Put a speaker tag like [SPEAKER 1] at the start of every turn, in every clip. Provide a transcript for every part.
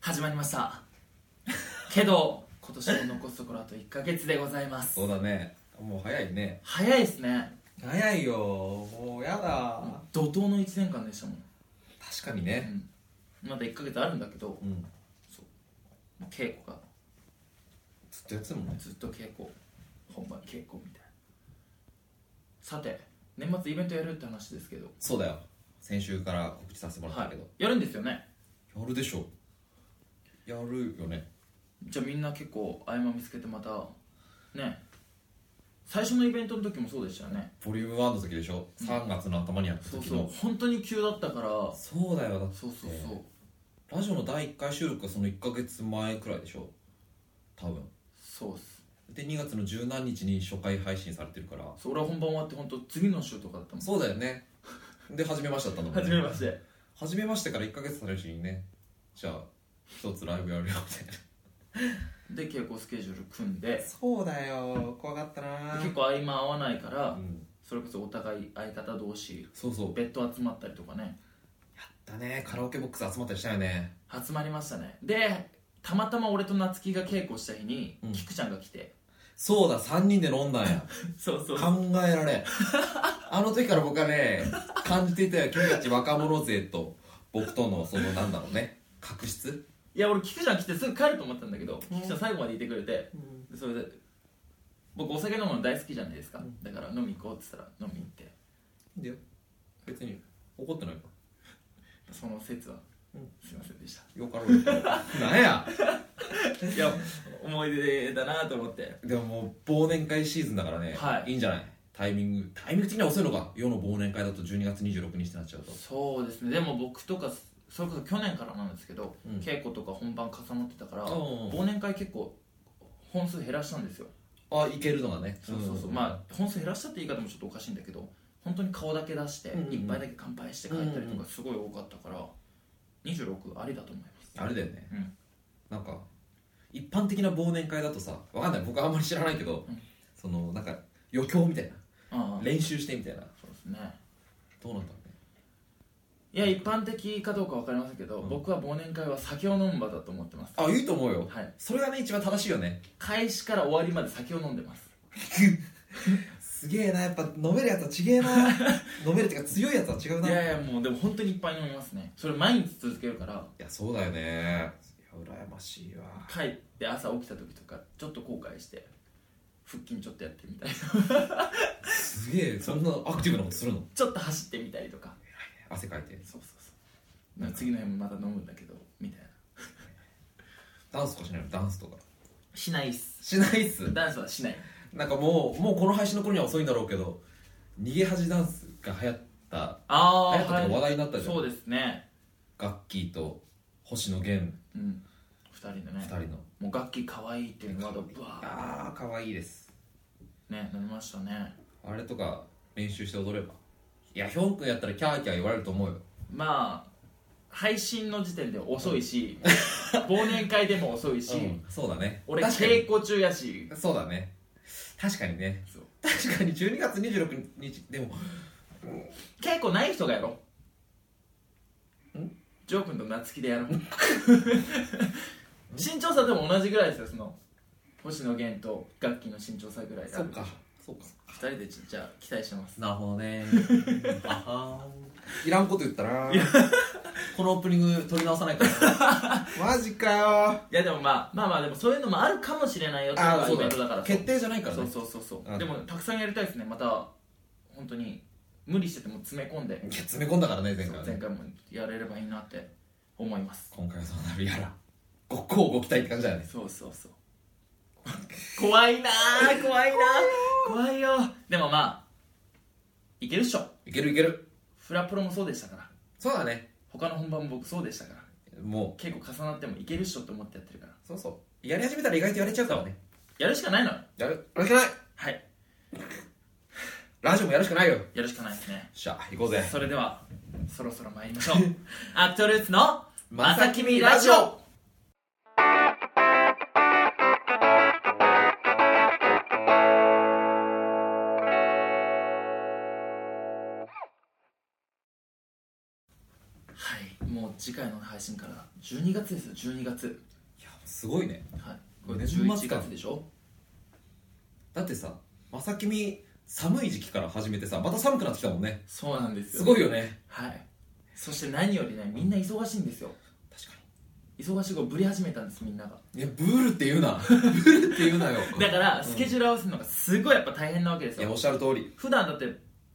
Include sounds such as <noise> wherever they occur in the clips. [SPEAKER 1] 始まりましたけど今年も残すところあと1か月でございます
[SPEAKER 2] そうだねもう早いね
[SPEAKER 1] 早いですね
[SPEAKER 2] 早いよもうやだ
[SPEAKER 1] 怒涛の1年間でしたもん、
[SPEAKER 2] 確かにね
[SPEAKER 1] うんまだ1か月あるんだけど
[SPEAKER 2] うん、
[SPEAKER 1] もう稽古が
[SPEAKER 2] ずっとやってたもんね
[SPEAKER 1] ずっと稽古本番稽古みたいなさて年末イベントやるって話ですけど
[SPEAKER 2] そうだよ先週から告知させてもらったけど、
[SPEAKER 1] やるんですよね
[SPEAKER 2] やるでしょやるよね
[SPEAKER 1] じゃあみんな結構合間見つけてまたね最初のイベントの時もそうでしたよね
[SPEAKER 2] ボリューム1の時でしょ3月の頭にやった
[SPEAKER 1] そう
[SPEAKER 2] 時
[SPEAKER 1] そう
[SPEAKER 2] の
[SPEAKER 1] 本当に急だったから
[SPEAKER 2] そうだよだって
[SPEAKER 1] そうそうそう
[SPEAKER 2] ラジオの第1回収録がその1か月前くらいでしょ多分
[SPEAKER 1] そうっす
[SPEAKER 2] で2月の十何日に初回配信されてるから
[SPEAKER 1] そう俺は本番終わって本当次の週とかだったもん
[SPEAKER 2] そうだよねで初めましてだったのもんね
[SPEAKER 1] 初めまして
[SPEAKER 2] 初めましてから1か月経たるうちにねじゃあ一つライブやるよみたい
[SPEAKER 1] で稽古スケジュール組んで
[SPEAKER 2] なそうだよ怖かったな
[SPEAKER 1] 結構合間合わないか
[SPEAKER 2] う
[SPEAKER 1] ら
[SPEAKER 2] ん
[SPEAKER 1] それこそお互い相方同士
[SPEAKER 2] そうそう
[SPEAKER 1] ベッド集まったりとかね
[SPEAKER 2] だねカラオケボックス集まったりしたよね
[SPEAKER 1] 集まりましたねでたまたま俺と夏希が稽古した日に、
[SPEAKER 2] うん
[SPEAKER 1] 菊ちゃんが来て
[SPEAKER 2] そうだ3人で飲んだんや
[SPEAKER 1] そうそ
[SPEAKER 2] 考えられんあの時から僕はね感じていたよ君たち若者勢と僕とのそのなんだろうね確執
[SPEAKER 1] いや俺菊ちゃん来てすぐ帰ると思ったんだけど、
[SPEAKER 2] うん
[SPEAKER 1] 菊ちゃん最後までいてくれてでそれで僕お酒飲むの大好きじゃないですか、だから飲み行こうって言ったら飲み行って
[SPEAKER 2] だよ別に怒ってないか
[SPEAKER 1] その説は、
[SPEAKER 2] うん
[SPEAKER 1] すいませんでした
[SPEAKER 2] よか <laughs> ろうよなんや
[SPEAKER 1] いや思い出だなと思って
[SPEAKER 2] でももう忘年会シーズンだからね、
[SPEAKER 1] はい
[SPEAKER 2] いんじゃないタイミングタイミング的には遅いのか世の忘年会だと12月26日になっちゃうと
[SPEAKER 1] そうですねでも僕とかそれこそ去年からなんですけど、
[SPEAKER 2] うん
[SPEAKER 1] 稽古とか本番重なってたから、
[SPEAKER 2] うん
[SPEAKER 1] 忘年会結構本数減らしたんですよ
[SPEAKER 2] あいけるのがね
[SPEAKER 1] そうそうそう、
[SPEAKER 2] ん
[SPEAKER 1] まあ本数減らしたって言い方もちょっとおかしいんだけど本当に顔だけ出して
[SPEAKER 2] うんうん
[SPEAKER 1] 一杯だけ乾杯して帰ったり
[SPEAKER 2] う
[SPEAKER 1] と
[SPEAKER 2] ん
[SPEAKER 1] か
[SPEAKER 2] う
[SPEAKER 1] すごい多かったから26ありだと思います
[SPEAKER 2] あれだよね、
[SPEAKER 1] うん
[SPEAKER 2] なんか一般的な忘年会だとさわかんない僕はあんまり知らないけど、
[SPEAKER 1] うん
[SPEAKER 2] そのなんか余興みたいな
[SPEAKER 1] ああ
[SPEAKER 2] 練習してみたいな
[SPEAKER 1] そうですね
[SPEAKER 2] どうなんだろうね
[SPEAKER 1] いや一般的かどうか分かりませんけど、
[SPEAKER 2] うん
[SPEAKER 1] 僕は忘年会は酒を飲む場だと思ってます
[SPEAKER 2] あいいと思うよ
[SPEAKER 1] はい
[SPEAKER 2] それがね一番正しいよね
[SPEAKER 1] 開始から終わりまで酒を飲んでます
[SPEAKER 2] すげえなやっぱ飲めるやつはちげえ <laughs> な飲めるっていうか強いやつは違う
[SPEAKER 1] い
[SPEAKER 2] い
[SPEAKER 1] や
[SPEAKER 2] や
[SPEAKER 1] いやもうでも本当にいっぱい飲みますねそれ毎日続けるから
[SPEAKER 2] そうだよねいや羨ましいわ
[SPEAKER 1] 帰って朝起きた時とかちょっと後悔して腹筋ちょっとやってみたり
[SPEAKER 2] すげえそんなアクティブなことするの
[SPEAKER 1] <laughs> ちょっと走ってみたりとか
[SPEAKER 2] 汗かいて
[SPEAKER 1] そうそうそうなんか次の日もまた飲むんだけどみたいな
[SPEAKER 2] ダンスとかしないのダンスとか
[SPEAKER 1] しないっす
[SPEAKER 2] しないっす
[SPEAKER 1] ダンスはしない
[SPEAKER 2] なんかもうもうこの配信の頃には遅いんだろうけど逃げ恥ダンスが流行った
[SPEAKER 1] あ
[SPEAKER 2] 流行ったとか話
[SPEAKER 1] は
[SPEAKER 2] 題になった
[SPEAKER 1] い
[SPEAKER 2] じゃん、
[SPEAKER 1] そうですね
[SPEAKER 2] ガッキーと星野源
[SPEAKER 1] うん2人で
[SPEAKER 2] 二
[SPEAKER 1] ね
[SPEAKER 2] 人の、
[SPEAKER 1] もう楽器可愛いっていうワードブワ
[SPEAKER 2] ああかわいいです
[SPEAKER 1] ーねなりましたね
[SPEAKER 2] あれとか練習して踊ればいやヒョン君やったらキャーキャー言われると思うよ
[SPEAKER 1] まあ配信の時点で遅い <laughs> し、忘年会でも遅いし、
[SPEAKER 2] うんそうだね
[SPEAKER 1] 俺
[SPEAKER 2] 確かに
[SPEAKER 1] 稽古中やし
[SPEAKER 2] そうだね確かにね
[SPEAKER 1] そう
[SPEAKER 2] 確かに12月26日でも
[SPEAKER 1] 稽古ない人がやろ
[SPEAKER 2] ん
[SPEAKER 1] ジョー君と夏希でやろう身長差でも同じぐらいですよその星野源と楽器の身長差ぐらい
[SPEAKER 2] そうかそうか
[SPEAKER 1] 2人でちじゃあ期待してます
[SPEAKER 2] なるほど <laughs> ねあはーいらんこと言ったな <laughs> このオープニング取り直さないから <laughs> マジかよ
[SPEAKER 1] いやでもまあまあまあでもそういうのもあるかもしれないよっていうの
[SPEAKER 2] あ
[SPEAKER 1] が
[SPEAKER 2] あ
[SPEAKER 1] イ
[SPEAKER 2] そう
[SPEAKER 1] ベ
[SPEAKER 2] だ
[SPEAKER 1] ントだから
[SPEAKER 2] 決定じゃないから
[SPEAKER 1] そう
[SPEAKER 2] ね
[SPEAKER 1] そうそうそう
[SPEAKER 2] あ
[SPEAKER 1] でもたくさんやりたいですねまた本当に無理してても詰め込んで
[SPEAKER 2] いや詰め込んだからね前
[SPEAKER 1] そう
[SPEAKER 2] 回は
[SPEAKER 1] 前
[SPEAKER 2] ね
[SPEAKER 1] 回もやれればいいなって思います
[SPEAKER 2] 今回はそうなるやらごこうご期待って感じだよね
[SPEAKER 1] そうそうそう怖いなあ怖いなあ怖いよでもまあいけるっしょ
[SPEAKER 2] いけるいける
[SPEAKER 1] フラプロもそうでしたから
[SPEAKER 2] そうだね
[SPEAKER 1] 他の本番も僕そうでしたから
[SPEAKER 2] も
[SPEAKER 1] 結構重なってもいけるっしょと思ってやってるから
[SPEAKER 2] うそうそうやり始めたら意外とやれちゃうからね
[SPEAKER 1] やるしかないのよ
[SPEAKER 2] やるやるしかない
[SPEAKER 1] はい
[SPEAKER 2] ラジオもやるしかないよ
[SPEAKER 1] やるしかないですね
[SPEAKER 2] しゃあ行こうぜ
[SPEAKER 1] それではそろそろ参りまし <laughs> ょうアクトルーツの「まさきみラジオ」はいもう次回の配信から12月ですよ12月
[SPEAKER 2] いやすごいね
[SPEAKER 1] はいこれ
[SPEAKER 2] 年末か
[SPEAKER 1] 11月でしょ
[SPEAKER 2] だってさまさきみ寒い時期から始めてさまた寒くなってきたもんね
[SPEAKER 1] そうなんですよ
[SPEAKER 2] すごいよね
[SPEAKER 1] はいそして何よりねみんな忙しいんですよ
[SPEAKER 2] 確か
[SPEAKER 1] 忙しい頃ブリ始めたんですみんなが
[SPEAKER 2] にいやブールって言うなブールって言うなよ
[SPEAKER 1] <laughs> だから
[SPEAKER 2] うん
[SPEAKER 1] スケジュール合わせるのがすごいやっぱ大変なわけです
[SPEAKER 2] いやお
[SPEAKER 1] よ
[SPEAKER 2] っしゃる通り、
[SPEAKER 1] 普段だって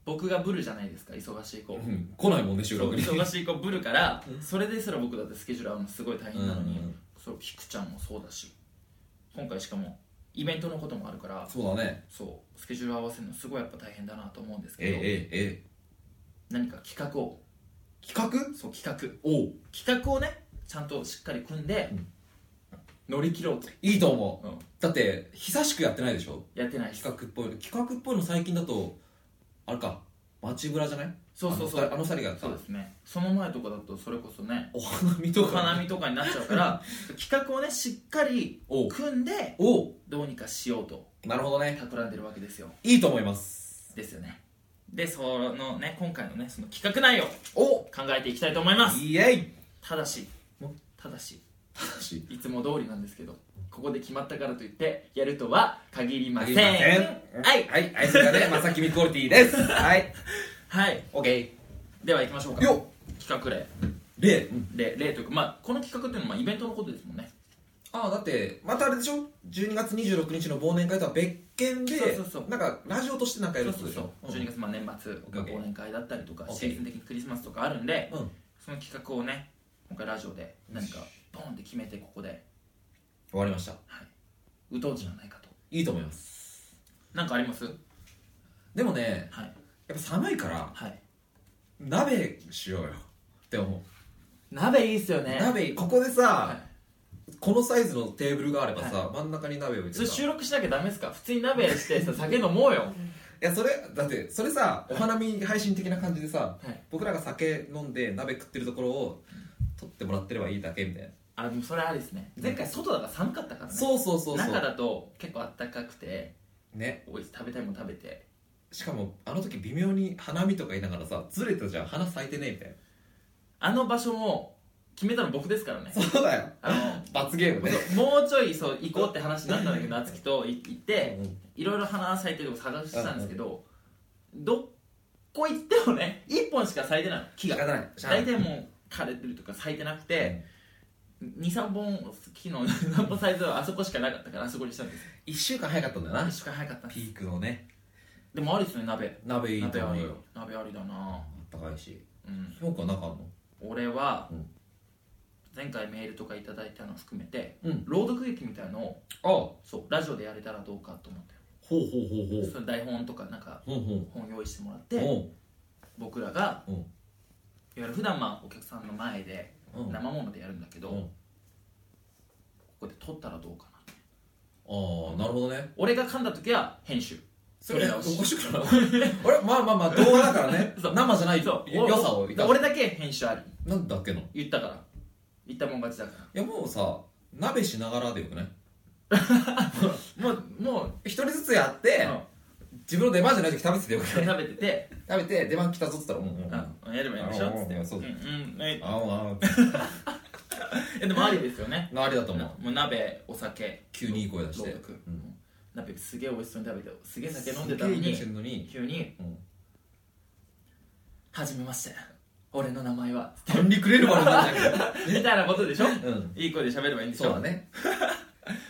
[SPEAKER 1] 僕がブルじゃないですか忙しい子
[SPEAKER 2] うん、来ないもんね収
[SPEAKER 1] そう
[SPEAKER 2] 録に
[SPEAKER 1] 忙しい子ブルから
[SPEAKER 2] うん
[SPEAKER 1] それですら僕だってスケジュール合うのすごい大変なのに
[SPEAKER 2] うんうんうん
[SPEAKER 1] そう菊ちゃんもそうだし今回しかもイベントのこともあるから
[SPEAKER 2] そうだね
[SPEAKER 1] そうスケジュール合わせるのすごいやっぱ大変だなと思うんです
[SPEAKER 2] え
[SPEAKER 1] けど
[SPEAKER 2] ええ
[SPEAKER 1] 何か企画を
[SPEAKER 2] え企
[SPEAKER 1] そう企画
[SPEAKER 2] 画おう
[SPEAKER 1] 企画をねちゃんとしっかり組んで
[SPEAKER 2] うん
[SPEAKER 1] 乗り切ろうと、
[SPEAKER 2] いいと思う
[SPEAKER 1] うん、
[SPEAKER 2] だって久しくやってないでしょ
[SPEAKER 1] やってないです
[SPEAKER 2] 企画っぽいの企画っぽいの最近だとあれか街ブラじゃない
[SPEAKER 1] そうそうそう
[SPEAKER 2] あのあの二人がやった
[SPEAKER 1] そうですねその前とかだとそれこそね
[SPEAKER 2] お花見
[SPEAKER 1] お
[SPEAKER 2] とか
[SPEAKER 1] 花見とかになっちゃうから企画をねしっかり
[SPEAKER 2] おう
[SPEAKER 1] 組んで
[SPEAKER 2] おう
[SPEAKER 1] どうにかしようと
[SPEAKER 2] なるほどね
[SPEAKER 1] 企んでるわけですよ
[SPEAKER 2] いいと思います
[SPEAKER 1] ですよねでそのね今回のねその企画内容を
[SPEAKER 2] お
[SPEAKER 1] 考えていきたいと思います
[SPEAKER 2] イエイ
[SPEAKER 1] ただし
[SPEAKER 2] お
[SPEAKER 1] ただし
[SPEAKER 2] し
[SPEAKER 1] いつも通りなんですけどここで決まったからといってやるとは限りませんはい
[SPEAKER 2] はいはいそれがねまさきみクオリティですはい
[SPEAKER 1] はい
[SPEAKER 2] オッケ
[SPEAKER 1] では行きましょう
[SPEAKER 2] ー
[SPEAKER 1] か
[SPEAKER 2] よ
[SPEAKER 1] 企画例
[SPEAKER 2] っで
[SPEAKER 1] 例例というか、まあ、この企画っていうのはまあイベントのことですもんね
[SPEAKER 2] ああだってまたあれでしょ12月26日の忘年会とは別件で
[SPEAKER 1] そうそうそう
[SPEAKER 2] なんかラジオとしてなんかや
[SPEAKER 1] そ
[SPEAKER 2] る
[SPEAKER 1] う
[SPEAKER 2] ってこ
[SPEAKER 1] そ
[SPEAKER 2] と
[SPEAKER 1] うそ
[SPEAKER 2] でしょ
[SPEAKER 1] う12月、まあ、年末
[SPEAKER 2] オッケーオッケー
[SPEAKER 1] 忘年会だったりとか
[SPEAKER 2] オッケー
[SPEAKER 1] シーズン的にクリスマスとかあるんで
[SPEAKER 2] うん
[SPEAKER 1] その企画をね今回ラジオで何かボンって決めてここで、
[SPEAKER 2] 終わりました
[SPEAKER 1] はい、打とうじゃないかと
[SPEAKER 2] いいと思います
[SPEAKER 1] なんかあります
[SPEAKER 2] でもね
[SPEAKER 1] はい
[SPEAKER 2] やっぱ寒いから
[SPEAKER 1] はい
[SPEAKER 2] 鍋しようよって思う
[SPEAKER 1] 鍋いいっすよね
[SPEAKER 2] 鍋ここで
[SPEAKER 1] は
[SPEAKER 2] さ
[SPEAKER 1] い
[SPEAKER 2] このサイズのテーブルがあれば
[SPEAKER 1] は
[SPEAKER 2] さ真ん中に鍋置い
[SPEAKER 1] そ
[SPEAKER 2] て
[SPEAKER 1] れ
[SPEAKER 2] さい
[SPEAKER 1] 収録しなきゃダメですか普通に鍋してさ酒飲もうよ
[SPEAKER 2] やそれだってそれさお花見配信的な感じでさ
[SPEAKER 1] はい
[SPEAKER 2] 僕らが酒飲んで鍋食ってるところを取ってもらってればいいだけみたいな
[SPEAKER 1] <laughs> あでもそれあれですね前回外だから寒かったからね
[SPEAKER 2] そうそうそうそ
[SPEAKER 1] 中
[SPEAKER 2] う
[SPEAKER 1] だと結構あったかくて
[SPEAKER 2] ね
[SPEAKER 1] おい食べたいもん食べて
[SPEAKER 2] しかもあの時微妙に花見とか言いながらさずれたじゃん花咲いてねえみたい
[SPEAKER 1] あの場所も決めたの僕ですからね
[SPEAKER 2] なそうだよ
[SPEAKER 1] あの <laughs>
[SPEAKER 2] 罰ゲームね
[SPEAKER 1] もうちょいそう行こうって話になったんだけど夏希とい行って
[SPEAKER 2] うん
[SPEAKER 1] いろいろ花咲いてるとこ探してたんですけどどこ行ってもね1本しか咲いてないの木
[SPEAKER 2] 仕
[SPEAKER 1] が
[SPEAKER 2] 方ないしゃあな
[SPEAKER 1] 大
[SPEAKER 2] い
[SPEAKER 1] 体もう枯れてるとか咲いてなくて23本木の何本サイズはあそこしかなかったからあそこにしたんです
[SPEAKER 2] 1週間早かったんだよな
[SPEAKER 1] 一週間早かったんで
[SPEAKER 2] ピ
[SPEAKER 1] す
[SPEAKER 2] ークのね
[SPEAKER 1] でもありですね鍋
[SPEAKER 2] 鍋いい
[SPEAKER 1] 鍋
[SPEAKER 2] と
[SPEAKER 1] あ
[SPEAKER 2] 思う
[SPEAKER 1] り
[SPEAKER 2] よ
[SPEAKER 1] 鍋ありだな
[SPEAKER 2] あったかいし
[SPEAKER 1] うん
[SPEAKER 2] 評価なかあんの
[SPEAKER 1] 俺は
[SPEAKER 2] うん
[SPEAKER 1] 前回メールとかいただいたの含めて
[SPEAKER 2] うん
[SPEAKER 1] 朗読劇みたいのを
[SPEAKER 2] あほ
[SPEAKER 1] そうラジオでやれたらどうかと思って
[SPEAKER 2] うほうほう
[SPEAKER 1] その台本とかなんか
[SPEAKER 2] ほうほうほう
[SPEAKER 1] 本用意してもらっ
[SPEAKER 2] う
[SPEAKER 1] て僕らが
[SPEAKER 2] うん
[SPEAKER 1] いわゆる普段まあお客さんの前で
[SPEAKER 2] んうん
[SPEAKER 1] 生ものでやるんだけど
[SPEAKER 2] うん
[SPEAKER 1] ここで撮ったらどうかな
[SPEAKER 2] ああなるほどね
[SPEAKER 1] 俺が噛んだ時は編集
[SPEAKER 2] それ
[SPEAKER 1] 撮り直
[SPEAKER 2] お
[SPEAKER 1] し
[SPEAKER 2] かしくない <laughs> あれまあまあまあ動画だから <laughs> ね
[SPEAKER 1] そう
[SPEAKER 2] 生じゃない
[SPEAKER 1] そう
[SPEAKER 2] 良さを生か
[SPEAKER 1] 俺だけ編集あり
[SPEAKER 2] すなんだっけのい
[SPEAKER 1] 言ったから言ったもん勝ちだか
[SPEAKER 2] やもうさ鍋しながらでよくない
[SPEAKER 1] らもうもう
[SPEAKER 2] 一人ずつやって
[SPEAKER 1] う
[SPEAKER 2] 自分の出番じゃない時食べててよく
[SPEAKER 1] ん
[SPEAKER 2] ない
[SPEAKER 1] 食べてて
[SPEAKER 2] 食べて出番来たぞっつったらうんうんうんあ
[SPEAKER 1] うんやればやりましょうっつって
[SPEAKER 2] あそうだ
[SPEAKER 1] んうんえ
[SPEAKER 2] ああ
[SPEAKER 1] でもありですよね
[SPEAKER 2] ああれだと思う
[SPEAKER 1] もう鍋お酒
[SPEAKER 2] 急にいい声出し
[SPEAKER 1] 朗
[SPEAKER 2] て
[SPEAKER 1] 読
[SPEAKER 2] うん
[SPEAKER 1] 鍋すげえ美味しそうに食べてすげえ酒飲んでたのに
[SPEAKER 2] すげえいい声してんのに
[SPEAKER 1] 急に
[SPEAKER 2] うん
[SPEAKER 1] 「はじめまして俺の名前は
[SPEAKER 2] タンリクレルバルなんだ」
[SPEAKER 1] <laughs> みたいなことでしょ
[SPEAKER 2] けどうん
[SPEAKER 1] いい声で喋ればいいんでし
[SPEAKER 2] <laughs> そうだ
[SPEAKER 1] ょ
[SPEAKER 2] ね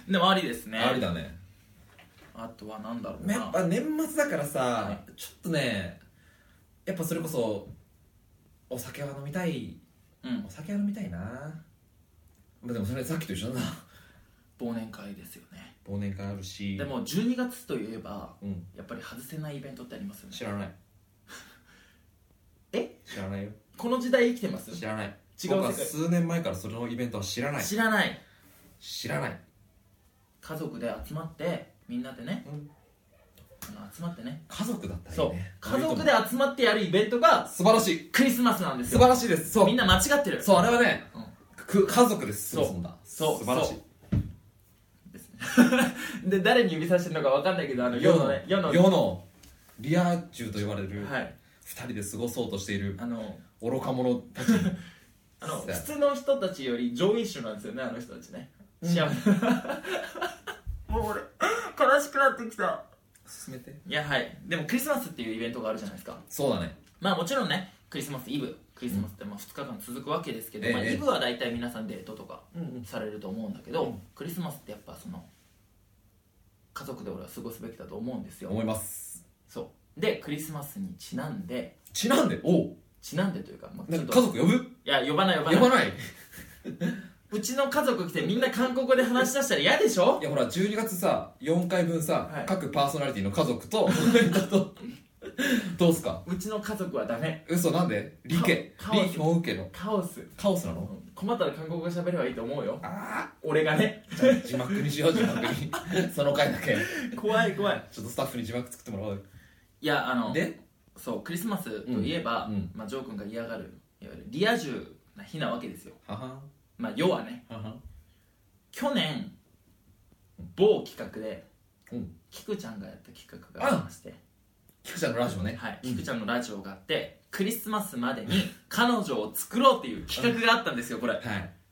[SPEAKER 1] でもありですね
[SPEAKER 2] ありだね
[SPEAKER 1] あとはなんだろう
[SPEAKER 2] や
[SPEAKER 1] な
[SPEAKER 2] っぱ年末だからさ、
[SPEAKER 1] は
[SPEAKER 2] ちょっとねやっぱそれこそお酒は飲みたい
[SPEAKER 1] うん
[SPEAKER 2] お酒は飲みたいなまあでもそれさっきと一緒だな
[SPEAKER 1] 忘年会ですよね
[SPEAKER 2] <laughs> 忘年会あるし
[SPEAKER 1] でも12月といえば
[SPEAKER 2] うん
[SPEAKER 1] やっぱり外せないイベントってありますよね
[SPEAKER 2] 知ら <laughs> ない
[SPEAKER 1] え
[SPEAKER 2] 知らないよ
[SPEAKER 1] この時代生きてます
[SPEAKER 2] 知らない
[SPEAKER 1] 世界
[SPEAKER 2] 僕は数年前からそれのイベントは知らない
[SPEAKER 1] 知らない
[SPEAKER 2] 知らない
[SPEAKER 1] 家族で集まってみんなでね
[SPEAKER 2] うん
[SPEAKER 1] あの集まってね
[SPEAKER 2] 家族だったらい
[SPEAKER 1] そ
[SPEAKER 2] いうね
[SPEAKER 1] 家族で集まってやるイベントが
[SPEAKER 2] 素晴らしい
[SPEAKER 1] クリスマスなんです
[SPEAKER 2] 素
[SPEAKER 1] よ
[SPEAKER 2] 晴らしいですそう
[SPEAKER 1] みんな間違ってる
[SPEAKER 2] そうあれはね、
[SPEAKER 1] うん
[SPEAKER 2] く家族です
[SPEAKER 1] そう
[SPEAKER 2] もだ
[SPEAKER 1] そう
[SPEAKER 2] 素晴らしい
[SPEAKER 1] ですねで誰に指さしてるのかわかんないけどあの世のね世の
[SPEAKER 2] 世のリア充と言われる
[SPEAKER 1] はい
[SPEAKER 2] 二人で過ごそうとしている
[SPEAKER 1] あの <laughs>
[SPEAKER 2] 愚か者たち
[SPEAKER 1] あの
[SPEAKER 2] そう
[SPEAKER 1] 普通の人たちより上位種なんですよねあの人たちね
[SPEAKER 2] うん <laughs>
[SPEAKER 1] 幸せもう俺悲しくなってきた
[SPEAKER 2] 進めて
[SPEAKER 1] いやはいでもクリスマスっていうイベントがあるじゃないですか
[SPEAKER 2] そうだね
[SPEAKER 1] まあもちろんねクリスマスイブクリスマスってまあ2日間続くわけですけど、
[SPEAKER 2] ええ
[SPEAKER 1] まあ、イブは大体皆さんデートとか
[SPEAKER 2] うんうん
[SPEAKER 1] されると思うんだけど、
[SPEAKER 2] うん
[SPEAKER 1] クリスマスってやっぱその家族で俺は過ごすべきだと思うんですよ
[SPEAKER 2] 思います
[SPEAKER 1] そうでクリスマスにちなんで
[SPEAKER 2] ちなんでおう
[SPEAKER 1] ちなんでというか,、まあ、
[SPEAKER 2] な
[SPEAKER 1] ちょ
[SPEAKER 2] ん
[SPEAKER 1] っ
[SPEAKER 2] か
[SPEAKER 1] と
[SPEAKER 2] 家族呼ぶ
[SPEAKER 1] いや呼ばない呼ばない
[SPEAKER 2] 呼ばないう
[SPEAKER 1] ちの家族来てみんな韓国語で話し出したら嫌でしょ
[SPEAKER 2] いやほら12月さ4回分さ、
[SPEAKER 1] はい
[SPEAKER 2] 各パーソナリティの家
[SPEAKER 1] <laughs>
[SPEAKER 2] 族ととどうすか
[SPEAKER 1] うちの家族はダメ
[SPEAKER 2] 嘘なんで理系
[SPEAKER 1] カオ
[SPEAKER 2] 理
[SPEAKER 1] ス
[SPEAKER 2] 表受けの
[SPEAKER 1] カオス
[SPEAKER 2] カオスなの
[SPEAKER 1] 困ったら韓国語喋ればいいと思うよ
[SPEAKER 2] あ
[SPEAKER 1] 俺がね
[SPEAKER 2] あじゃあ字幕にしよう字幕にその回だけ
[SPEAKER 1] 怖い怖い
[SPEAKER 2] ちょっとスタッフに字幕作ってもらおうよ
[SPEAKER 1] いやあの
[SPEAKER 2] で
[SPEAKER 1] そうクリスマスといえば、
[SPEAKER 2] うんうん
[SPEAKER 1] まあ、ジョー君が嫌がるいわゆるリア充な日なわけですよ
[SPEAKER 2] はは
[SPEAKER 1] まあ要はね
[SPEAKER 2] はは
[SPEAKER 1] 去年某企画で
[SPEAKER 2] うん
[SPEAKER 1] キクちゃんがやった企画がありまして
[SPEAKER 2] キクちゃんのラジオね
[SPEAKER 1] はい、キクちゃんのラジオがあってクリスマスまでに彼女を作ろうっていう企画があったんですよこれ
[SPEAKER 2] はい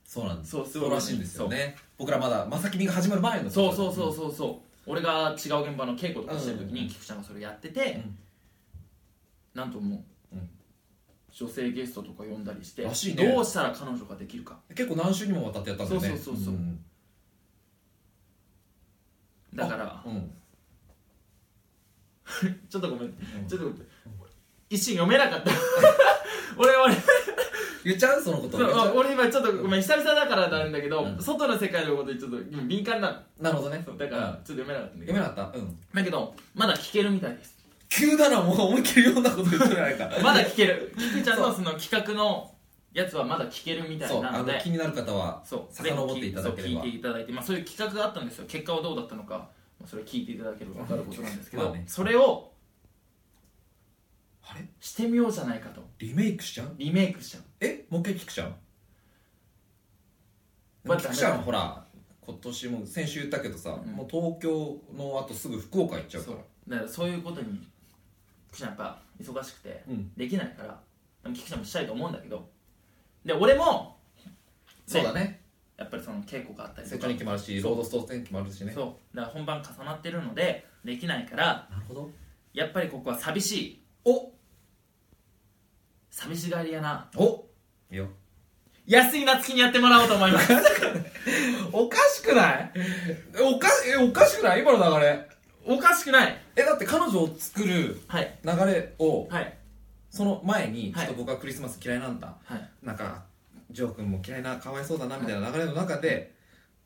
[SPEAKER 2] そうなんです
[SPEAKER 1] そうすごい
[SPEAKER 2] そうらしいんですよね僕らまだ「まさきみ」が始まる前の
[SPEAKER 1] そうそうそう
[SPEAKER 2] う
[SPEAKER 1] そうそう俺が違う現場の稽古とかしてる時
[SPEAKER 2] う
[SPEAKER 1] に
[SPEAKER 2] ん
[SPEAKER 1] 菊ちゃんがそれやってて、
[SPEAKER 2] うん
[SPEAKER 1] なんともう、
[SPEAKER 2] うん
[SPEAKER 1] 女性ゲストとか呼んだりして
[SPEAKER 2] らしいね
[SPEAKER 1] どうしたら彼女ができるか
[SPEAKER 2] 結構何週にもわたってやったんだよね
[SPEAKER 1] そうそうそうそうんだから
[SPEAKER 2] うん
[SPEAKER 1] ちょっとごめん、ちょっとごめん一瞬読めなかった <laughs> 俺俺
[SPEAKER 2] 言っちゃうそのこと言っちゃ
[SPEAKER 1] そうう俺今ちょっとごめん久々だからなんだけど、
[SPEAKER 2] うん
[SPEAKER 1] 外の世界のことにちょっと今敏感なの
[SPEAKER 2] なるほどね
[SPEAKER 1] そうだからちょっと読めなかったんだけど
[SPEAKER 2] 読めなかったうん
[SPEAKER 1] だけどまだ聞けるみたい <laughs> です
[SPEAKER 2] 急だなもう思いっきり読んだこと言ってないか
[SPEAKER 1] <laughs> まだ聞ける菊ちゃんのその企画のやつはまだ聞けるみた
[SPEAKER 2] そ
[SPEAKER 1] いうな
[SPEAKER 2] あ
[SPEAKER 1] の
[SPEAKER 2] の
[SPEAKER 1] で
[SPEAKER 2] 気になる方は
[SPEAKER 1] そう
[SPEAKER 2] 遡っていただければ
[SPEAKER 1] そう聞いていただいて、まあ、そういう企画があったんですよ結果はどうだったのか、まあ、それ聞いていただければ分かることなんですけど、
[SPEAKER 2] まあね
[SPEAKER 1] それを
[SPEAKER 2] あれ
[SPEAKER 1] してみようじゃないかと
[SPEAKER 2] リメイクしちゃう
[SPEAKER 1] リメイクしちゃう
[SPEAKER 2] えもう一回聞くちゃん
[SPEAKER 1] まあ
[SPEAKER 2] 聞くちゃんほら今年も先週言ったけどさ
[SPEAKER 1] ん
[SPEAKER 2] もう東京のあとすぐ福岡行っちゃうか
[SPEAKER 1] そう
[SPEAKER 2] ら
[SPEAKER 1] だからそういうことに菊ちゃんやっぱ忙しくて
[SPEAKER 2] うん
[SPEAKER 1] できないからでも菊ちゃんもしたいと思うんだけどで俺も
[SPEAKER 2] そうだね
[SPEAKER 1] やっぱりその稽古があったり
[SPEAKER 2] 成
[SPEAKER 1] とか
[SPEAKER 2] 長に決まるしロードストー戦決まるしね
[SPEAKER 1] そうだから本番重なってるのでできないから
[SPEAKER 2] なるほど
[SPEAKER 1] やっぱりここは寂しい
[SPEAKER 2] お
[SPEAKER 1] 寂しがり屋な
[SPEAKER 2] おいいよ
[SPEAKER 1] 安井夏樹にやってもらおうと思います
[SPEAKER 2] おかしくないおかえおかしくない今の流れ
[SPEAKER 1] <laughs> おかしくない
[SPEAKER 2] えだって彼女を作る
[SPEAKER 1] はい
[SPEAKER 2] 流れを
[SPEAKER 1] はい
[SPEAKER 2] その前にちょ
[SPEAKER 1] はい
[SPEAKER 2] っと僕はクリスマス嫌いなんだ
[SPEAKER 1] はい
[SPEAKER 2] なんかジョー君も嫌いなかわいそうだなみたいな流れの中で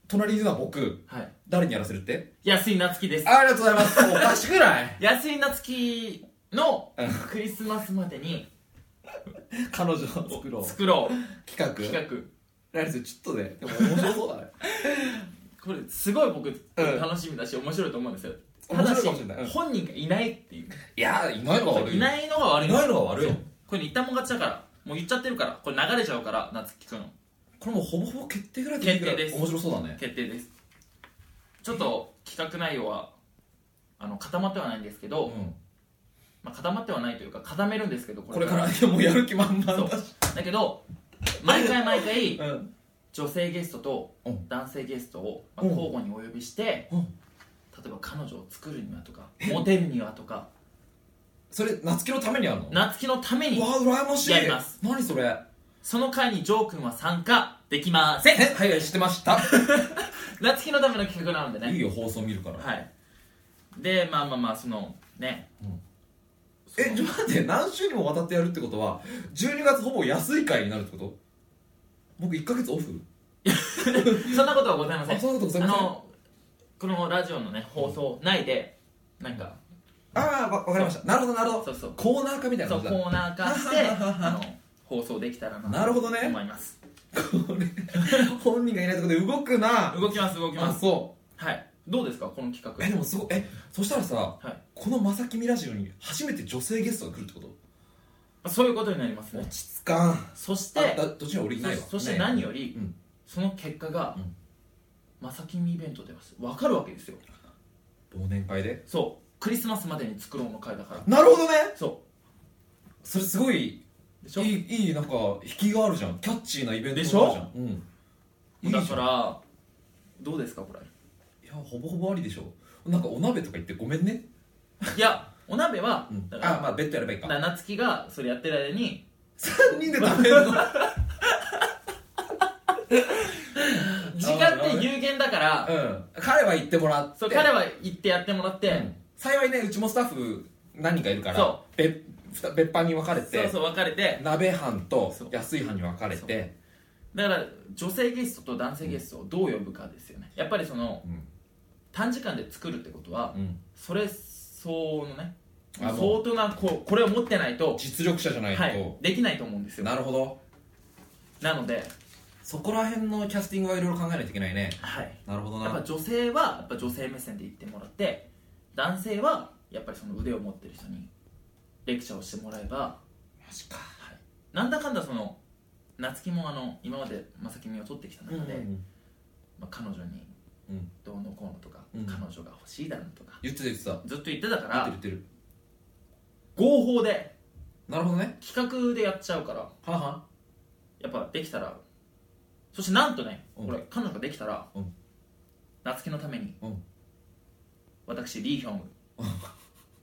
[SPEAKER 2] 隣にいるのは僕
[SPEAKER 1] はい
[SPEAKER 2] 誰にやらせるって
[SPEAKER 1] 安井夏樹です
[SPEAKER 2] ありがとうございますおかしくない
[SPEAKER 1] 安井夏樹の
[SPEAKER 2] うん
[SPEAKER 1] クリスマスまでに
[SPEAKER 2] 彼女を作ろう
[SPEAKER 1] 作ろ
[SPEAKER 2] 企
[SPEAKER 1] う
[SPEAKER 2] 画
[SPEAKER 1] 企画
[SPEAKER 2] ラリスちょっとねでも面白そうだね
[SPEAKER 1] これすごい僕
[SPEAKER 2] ん
[SPEAKER 1] 楽しみだし面白いと思うんですよた
[SPEAKER 2] 面
[SPEAKER 1] だ
[SPEAKER 2] 白い
[SPEAKER 1] し
[SPEAKER 2] かもしれないうん
[SPEAKER 1] 本人がいないっていう
[SPEAKER 2] いやーいないのが悪い
[SPEAKER 1] いないのが悪いんです
[SPEAKER 2] いないのが悪いよ
[SPEAKER 1] これ言ったもん勝ちだからもう言っちゃってるからこれ流れちゃうから夏樹くん
[SPEAKER 2] これもうほぼほぼ決定ぐらいでいいぐらい
[SPEAKER 1] 決定です
[SPEAKER 2] 面白そうだね
[SPEAKER 1] 決定ですちょっと企画内容はあの固まってはないんですけど、
[SPEAKER 2] うん
[SPEAKER 1] まあ、固まってはないというか固めるんですけど
[SPEAKER 2] これからでもやる気満
[SPEAKER 1] そ
[SPEAKER 2] 々
[SPEAKER 1] う
[SPEAKER 2] だし
[SPEAKER 1] だけど毎回毎回
[SPEAKER 2] うん
[SPEAKER 1] 女性ゲストと
[SPEAKER 2] うん
[SPEAKER 1] 男性ゲストを、まあ、
[SPEAKER 2] うん
[SPEAKER 1] 交互にお呼びして、
[SPEAKER 2] うん
[SPEAKER 1] 例えば彼女を作るにはとかモテるにはとか
[SPEAKER 2] それ夏希のためにやるの
[SPEAKER 1] 夏希のため
[SPEAKER 2] う
[SPEAKER 1] に
[SPEAKER 2] わ羨ましい
[SPEAKER 1] やります
[SPEAKER 2] 何それ
[SPEAKER 1] その回にジョー君は参加できません
[SPEAKER 2] えはいはい知ってました
[SPEAKER 1] 夏希のための企画なので
[SPEAKER 2] いい
[SPEAKER 1] ね
[SPEAKER 2] よ放送見るから、
[SPEAKER 1] はいでまあまあまあそのね、
[SPEAKER 2] うん
[SPEAKER 1] その
[SPEAKER 2] えちょ待って何週にもわたってやるってことは12月ほぼ安い回になるってこと僕1ヶ月オフ
[SPEAKER 1] そんなことはございません
[SPEAKER 2] あそういうことござい
[SPEAKER 1] あ
[SPEAKER 2] ません
[SPEAKER 1] のこのラジオのね放送内でなんか
[SPEAKER 2] ああわわかりましたなるほどなるほ
[SPEAKER 1] そ
[SPEAKER 2] ど
[SPEAKER 1] うそう
[SPEAKER 2] コーナー化みたいな
[SPEAKER 1] そ
[SPEAKER 2] こ
[SPEAKER 1] う
[SPEAKER 2] と
[SPEAKER 1] コー
[SPEAKER 2] だ
[SPEAKER 1] ナー化してあの放送できたらな
[SPEAKER 2] なるほど
[SPEAKER 1] と
[SPEAKER 2] ね
[SPEAKER 1] 思います
[SPEAKER 2] これ本人がいないとこで動くな
[SPEAKER 1] 動きます動き
[SPEAKER 2] あ
[SPEAKER 1] ます
[SPEAKER 2] そ
[SPEAKER 1] はいどうですかこの企
[SPEAKER 2] うえ
[SPEAKER 1] 画
[SPEAKER 2] でもすごいえそしたらさ、
[SPEAKER 1] はい
[SPEAKER 2] この「まさきみラジオ」に初めて女性ゲストが来るってこと
[SPEAKER 1] そういうことになりますね
[SPEAKER 2] 落ち着かん
[SPEAKER 1] そして
[SPEAKER 2] あだどっちも俺いないわ
[SPEAKER 1] そそして
[SPEAKER 2] ね
[SPEAKER 1] 何より
[SPEAKER 2] うん
[SPEAKER 1] その結果が
[SPEAKER 2] うん
[SPEAKER 1] まさきみイベントでは分かるわけですよ
[SPEAKER 2] 忘年会で
[SPEAKER 1] そうクリスマスまでに作ろうの回だから
[SPEAKER 2] なるほどね
[SPEAKER 1] そ
[SPEAKER 2] それすごい
[SPEAKER 1] でしょ
[SPEAKER 2] いいいいなんか引きがあるじゃんキャッチーなイベント
[SPEAKER 1] でしょ
[SPEAKER 2] があるじゃんうんいいじゃ
[SPEAKER 1] だ
[SPEAKER 2] ん
[SPEAKER 1] からどうですかこれ
[SPEAKER 2] いやほぼほぼありでしょなんかお鍋とか言ってごめんね、
[SPEAKER 1] いやお鍋は、
[SPEAKER 2] うん、
[SPEAKER 1] だか
[SPEAKER 2] あ
[SPEAKER 1] ら
[SPEAKER 2] まあベッドやればいいか
[SPEAKER 1] な夏希がそれやってる間に
[SPEAKER 2] 3人で食べるの
[SPEAKER 1] 時間って有限だから
[SPEAKER 2] うん彼は行ってもらって
[SPEAKER 1] そう彼は行ってやってもらって、
[SPEAKER 2] うん幸いねうちもスタッフ何人かいるから
[SPEAKER 1] そ
[SPEAKER 2] 別ふた別班に分かれて
[SPEAKER 1] そうそう別れて
[SPEAKER 2] 鍋班と
[SPEAKER 1] そう
[SPEAKER 2] 安い班に分かれて
[SPEAKER 1] だから女性ゲストと男性ゲストをどう呼ぶかですよねやっぱりその
[SPEAKER 2] うん
[SPEAKER 1] 短時間で作るってことは
[SPEAKER 2] うん
[SPEAKER 1] それ相応のね
[SPEAKER 2] あ
[SPEAKER 1] 相
[SPEAKER 2] も
[SPEAKER 1] 当なこうこれを持ってないと、
[SPEAKER 2] 実力者じゃないと、
[SPEAKER 1] はい、できないと思うんですよ
[SPEAKER 2] なるほど
[SPEAKER 1] なので、
[SPEAKER 2] そこら辺のキャスティングはいろいろ考えないといけないね
[SPEAKER 1] はい、
[SPEAKER 2] なるほど
[SPEAKER 1] やっぱ
[SPEAKER 2] な
[SPEAKER 1] 女性はやっぱ女性目線で言ってもらって男性はやっぱりその腕を持ってる人にレクチャーをしてもらえば
[SPEAKER 2] マジか
[SPEAKER 1] なんだかんだその夏希もあの今まで正木美を取ってきた中で、まあ、彼女に
[SPEAKER 2] うん
[SPEAKER 1] どうのこうのとか、
[SPEAKER 2] うん
[SPEAKER 1] 彼女が欲しいだのとか
[SPEAKER 2] 言ってた言ってた
[SPEAKER 1] ずっと言ってたから
[SPEAKER 2] 言ってる言ってる
[SPEAKER 1] 合法で
[SPEAKER 2] なるほどね
[SPEAKER 1] 企画でやっちゃうから
[SPEAKER 2] はんは
[SPEAKER 1] やっぱできたらそしてなんとね
[SPEAKER 2] うん
[SPEAKER 1] これ彼女ができたら、
[SPEAKER 2] うん
[SPEAKER 1] 夏希のために、
[SPEAKER 2] うん
[SPEAKER 1] 私リーヒョング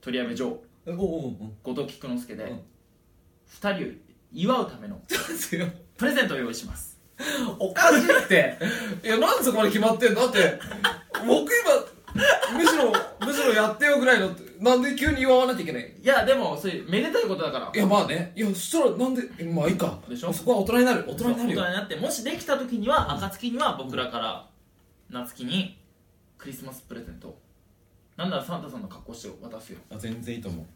[SPEAKER 1] 鳥籔城
[SPEAKER 2] んおおおお
[SPEAKER 1] <laughs> 後藤菊之助で、
[SPEAKER 2] うん
[SPEAKER 1] 二人を祝うための
[SPEAKER 2] ちょっと待ってよ
[SPEAKER 1] プレゼントを用意します
[SPEAKER 2] おかしいって <laughs> いやなんでそこまで決まってんのだって僕今むしろむしろやってよぐらいのなんで急に言わなきゃいけない
[SPEAKER 1] いやでもそういうめでたいことだから
[SPEAKER 2] いやまあねいやそしたらなんでまあいいか
[SPEAKER 1] でしょ
[SPEAKER 2] そこは大人になる大人にな
[SPEAKER 1] そう
[SPEAKER 2] るよ
[SPEAKER 1] 大人になってもしできた時には暁には僕らから夏希にクリスマスプレゼントなんならサンタさんの格好して渡すよ
[SPEAKER 2] あ全然いいと思う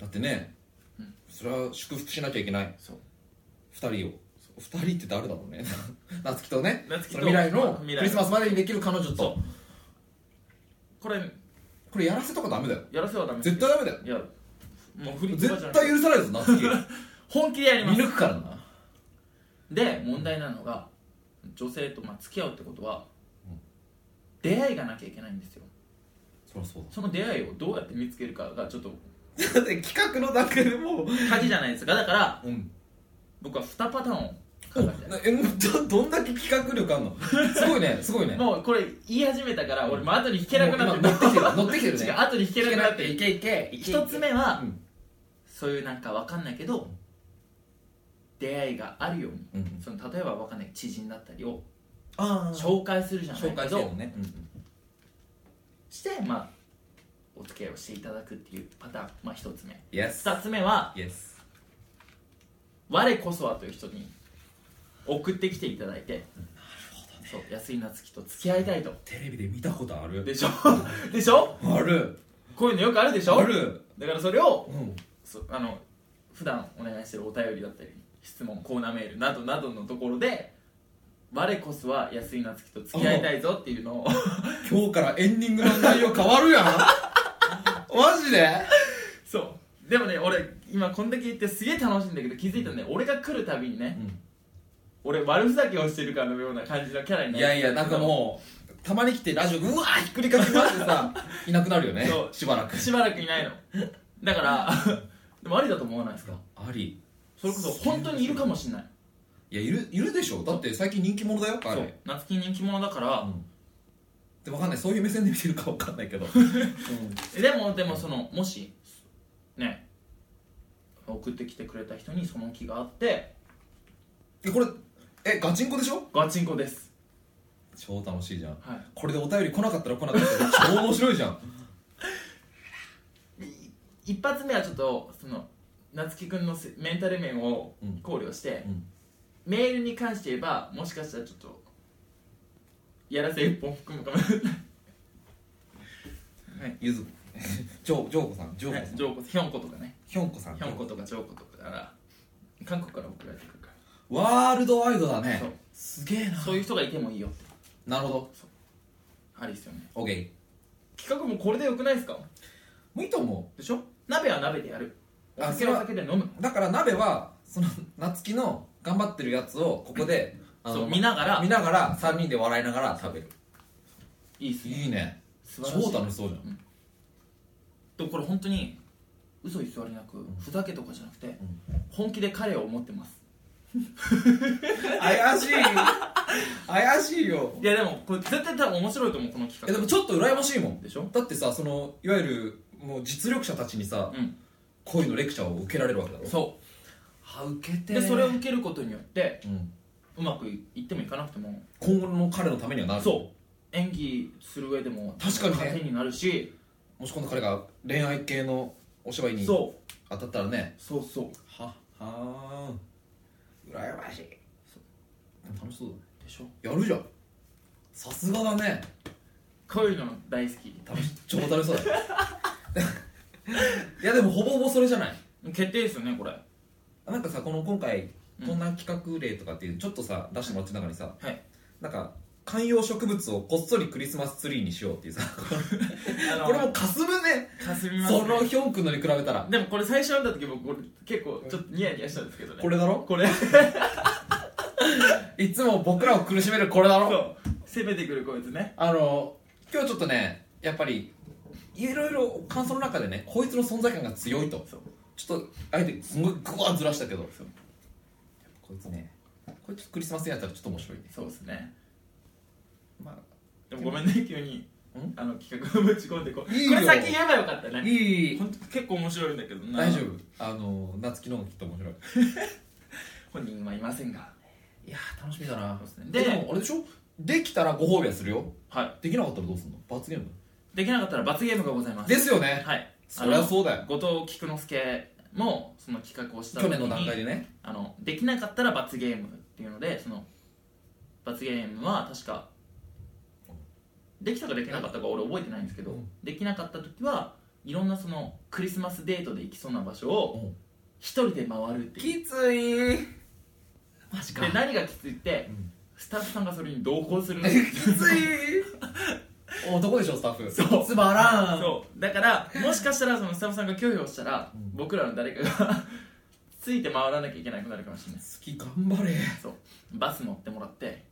[SPEAKER 2] だってね、
[SPEAKER 1] うん
[SPEAKER 2] それは祝福しなきゃいけない
[SPEAKER 1] そう
[SPEAKER 2] 2人を2人って誰だろうね <laughs> 夏希とね
[SPEAKER 1] 夏希と
[SPEAKER 2] その未来の
[SPEAKER 1] 未来の
[SPEAKER 2] クリスマスまでにできる彼女
[SPEAKER 1] そ
[SPEAKER 2] と
[SPEAKER 1] これ
[SPEAKER 2] これやらせとかダメだよ
[SPEAKER 1] やらせはダメです
[SPEAKER 2] 絶対ダメだよ
[SPEAKER 1] いやもう振り切らじゃ
[SPEAKER 2] 絶
[SPEAKER 1] なく
[SPEAKER 2] 対
[SPEAKER 1] て
[SPEAKER 2] 許さないぞ
[SPEAKER 1] <laughs>
[SPEAKER 2] 夏希
[SPEAKER 1] 本気でやりま
[SPEAKER 2] 見
[SPEAKER 1] す
[SPEAKER 2] 抜くからな
[SPEAKER 1] で問題なのが女性とまあ付き合うってことは出会いがなきゃいけないんですよ
[SPEAKER 2] そりゃそう
[SPEAKER 1] その出会いをどうやって見つけるかがちょっと
[SPEAKER 2] だだって企画のだけでもう
[SPEAKER 1] 鍵じゃないですかだから
[SPEAKER 2] うん
[SPEAKER 1] 僕は2パターンを考えて
[SPEAKER 2] なえどどんだけ企画力あんのすご
[SPEAKER 1] <laughs>
[SPEAKER 2] いねすごいね
[SPEAKER 1] もうこれ言い始めたから俺もう後に引けなくなっ
[SPEAKER 2] もう
[SPEAKER 1] て
[SPEAKER 2] 今乗ってきてる乗ってきてる
[SPEAKER 1] 違
[SPEAKER 2] ね
[SPEAKER 1] う後に引けなくなって
[SPEAKER 2] いけいけいけ
[SPEAKER 1] 一つ目は、
[SPEAKER 2] うん
[SPEAKER 1] そういうなんかわかんないけど出会いがあるように、
[SPEAKER 2] うん
[SPEAKER 1] その例えばわかんない知人だったりを
[SPEAKER 2] ああ
[SPEAKER 1] 紹介するじゃない
[SPEAKER 2] 紹
[SPEAKER 1] け
[SPEAKER 2] 介して
[SPEAKER 1] ど
[SPEAKER 2] るのね、うん
[SPEAKER 1] してまあお付き合いをしていただくっていうパターンまあ一つ目
[SPEAKER 2] イエス
[SPEAKER 1] 二つ目は
[SPEAKER 2] イエス
[SPEAKER 1] 我こそはという人に送ってきていただいてなるほど、そう安井夏樹と付き合いたいと
[SPEAKER 2] テレビで見たことある
[SPEAKER 1] でしょ <laughs> でしょ
[SPEAKER 2] ある
[SPEAKER 1] こういうのよくあるでしょ
[SPEAKER 2] ある
[SPEAKER 1] だからそれを
[SPEAKER 2] うん
[SPEAKER 1] そあの普段お願いしてるお便りだったり質問コーナーメールなどなどのところで我こそは安井夏樹と付き合いたいぞっていうのを
[SPEAKER 2] 今日からエンディングの内容変わるやんマジで
[SPEAKER 1] <laughs> そうでもね俺今こんだけ言ってすげえ楽しいんだけど気づいたね俺が来るたびにね、
[SPEAKER 2] うん
[SPEAKER 1] 俺悪ふざけをしてるかのような感じのキャラに
[SPEAKER 2] い
[SPEAKER 1] な
[SPEAKER 2] やいやなんかもうたまに来てラジオうわひっくり返しまして
[SPEAKER 1] <laughs>
[SPEAKER 2] さいなくなるよね
[SPEAKER 1] そう
[SPEAKER 2] しばらく
[SPEAKER 1] うしばらくい
[SPEAKER 2] <laughs>
[SPEAKER 1] ないのだから <laughs> でもありだと思わないですか
[SPEAKER 2] あり
[SPEAKER 1] それこそ本当にいるかもしれない
[SPEAKER 2] いやいるいるでしょだって最近人気者だよ
[SPEAKER 1] そ
[SPEAKER 2] 彼
[SPEAKER 1] う夏希人気者だから、
[SPEAKER 2] でわかんないそういう目線で見てるかわかんな
[SPEAKER 1] <laughs>
[SPEAKER 2] いけど、
[SPEAKER 1] でもでもそのもしね送ってきてくれた人にその気があって
[SPEAKER 2] えこれえガチンコでしょ
[SPEAKER 1] ガチンコです
[SPEAKER 2] 超楽しいじゃん
[SPEAKER 1] は
[SPEAKER 2] これでお便り来なかったら来なかったら超面白いじゃん
[SPEAKER 1] い一発目はちょっとその夏樹君のせメンタル面を
[SPEAKER 2] うん
[SPEAKER 1] 考慮して、
[SPEAKER 2] うん
[SPEAKER 1] メールに関して言えばもしかしたらちょっとやらせ一本含むかも <laughs> しれない
[SPEAKER 2] ゆず <laughs> ジョジョーコさんジョーコさん
[SPEAKER 1] ジョーコヒョンコとかね
[SPEAKER 2] ヒョンコさん
[SPEAKER 1] ヒョンコとかジョーコとかだから韓国から送られてくるか
[SPEAKER 2] ワールドワイドだね
[SPEAKER 1] そう
[SPEAKER 2] すげえ
[SPEAKER 1] らそういう人がいてもいいよって
[SPEAKER 2] なるほ
[SPEAKER 1] ありですよね
[SPEAKER 2] ど OK
[SPEAKER 1] 企画もこれでよくないですか
[SPEAKER 2] もういいと思
[SPEAKER 1] でしょ鍋は鍋でやるお
[SPEAKER 2] あ
[SPEAKER 1] 酒はお酒で飲む
[SPEAKER 2] うだから鍋はその夏希の頑張ってるやつをここで、あの
[SPEAKER 1] そう見ながら
[SPEAKER 2] 見ながら3人で笑いながら食べる
[SPEAKER 1] いいっすね
[SPEAKER 2] いいね
[SPEAKER 1] 素晴らしい
[SPEAKER 2] 超楽しそうじゃん
[SPEAKER 1] でもこれ本当に嘘偽りなくふざけとかじゃなくて本気で彼を思ってます
[SPEAKER 2] 怪しい怪しいよ
[SPEAKER 1] いやでもこれ絶対多分面白いと思うこの企
[SPEAKER 2] えで
[SPEAKER 1] 画
[SPEAKER 2] もちょっと羨ましいもん
[SPEAKER 1] でしょ
[SPEAKER 2] だってさそのいわゆるもう実力者たちにさ、
[SPEAKER 1] うん
[SPEAKER 2] 恋のレクチャーを受けられるわけだろ
[SPEAKER 1] そ
[SPEAKER 2] は受け
[SPEAKER 1] う
[SPEAKER 2] て
[SPEAKER 1] でそれを
[SPEAKER 2] う
[SPEAKER 1] 受けることによって
[SPEAKER 2] ん、
[SPEAKER 1] うまくいってもいかなくても
[SPEAKER 2] 今後の彼のためにはなる
[SPEAKER 1] そう演技する上でも
[SPEAKER 2] 確かにね
[SPEAKER 1] 糧になるし
[SPEAKER 2] もし今度彼が恋愛系のお芝居に当
[SPEAKER 1] そ
[SPEAKER 2] たったらね
[SPEAKER 1] うそうそう
[SPEAKER 2] ははー羨ましい楽しそうだね
[SPEAKER 1] でしょ
[SPEAKER 2] やるじゃんさすがだね
[SPEAKER 1] こういうの大好き
[SPEAKER 2] 楽し超楽しそうだね <laughs> いやでもほぼほぼそれじゃない
[SPEAKER 1] 決定ですよねこれ
[SPEAKER 2] なんかさこの今回
[SPEAKER 1] うん
[SPEAKER 2] こんな企画例とかっていうちょっとさ出してもらってる中にさ <laughs>
[SPEAKER 1] はい
[SPEAKER 2] なんか観葉植物をこっそりクリスマスツリーにしようっていうさ
[SPEAKER 1] あの
[SPEAKER 2] これもかすむね
[SPEAKER 1] かすみますね
[SPEAKER 2] そのヒョン君のに比べたら
[SPEAKER 1] でもこれ最初読んだ時僕これ結構ちょっとニヤニヤしたんですけどね
[SPEAKER 2] これだろ
[SPEAKER 1] <laughs> これ
[SPEAKER 2] いつも僕らを苦しめるこれだ
[SPEAKER 1] そ
[SPEAKER 2] ろ
[SPEAKER 1] う攻めてくるこいつね
[SPEAKER 2] あの今日ちょっとねやっぱりいろいろ感想の中でねこいつの存在感が強いと
[SPEAKER 1] そう
[SPEAKER 2] ちょっとあえてすごいグワーずらしたけど
[SPEAKER 1] そう
[SPEAKER 2] こいつねこいつクリスマスにやったらちょっと面白いね
[SPEAKER 1] そうですね
[SPEAKER 2] ま
[SPEAKER 1] でもごめんね急に
[SPEAKER 2] ん
[SPEAKER 1] あの企画をぶち込んでこう
[SPEAKER 2] いい
[SPEAKER 1] こ
[SPEAKER 2] よ
[SPEAKER 1] れ先言えばよかった
[SPEAKER 2] あ
[SPEAKER 1] ね
[SPEAKER 2] い
[SPEAKER 1] ほんと結構面白いんだけどな
[SPEAKER 2] 大丈夫あの夏希の方がきっと面白い
[SPEAKER 1] 本人はいませんが
[SPEAKER 2] いやー楽しみだな
[SPEAKER 1] そうですね
[SPEAKER 2] で
[SPEAKER 1] で
[SPEAKER 2] もあれでしょできたらご褒美はするよ
[SPEAKER 1] は
[SPEAKER 2] できなかったらどうすんの罰ゲーム
[SPEAKER 1] いできなかったら罰ゲームがございます
[SPEAKER 2] ですよね
[SPEAKER 1] はい
[SPEAKER 2] そりゃそうだ
[SPEAKER 1] あ
[SPEAKER 2] よ
[SPEAKER 1] の後藤菊之助もその企画をした
[SPEAKER 2] 去
[SPEAKER 1] 時に
[SPEAKER 2] 年の段階でね
[SPEAKER 1] あのできなかったら罰ゲームっていうのでその罰ゲームは確かできたかできなかったか俺覚えてないんですけど、
[SPEAKER 2] うん
[SPEAKER 1] できなかった時はいろんなそのクリスマスデートで行きそうな場所を
[SPEAKER 2] うん
[SPEAKER 1] 一人で回るっていう
[SPEAKER 2] きついマジ
[SPEAKER 1] で何がきついって、
[SPEAKER 2] うん
[SPEAKER 1] スタッフさんがそれに同行する
[SPEAKER 2] きつ
[SPEAKER 1] <laughs>
[SPEAKER 2] い男でしょスタッフ
[SPEAKER 1] そう
[SPEAKER 2] つまらん
[SPEAKER 1] そうだからもしかしたらそのスタッフさんが拒否をしたら、
[SPEAKER 2] うん
[SPEAKER 1] 僕らの誰かが <laughs> ついて回らなきゃいけなくなるかもしれない
[SPEAKER 2] 好き頑張れ
[SPEAKER 1] そうバス乗ってもらって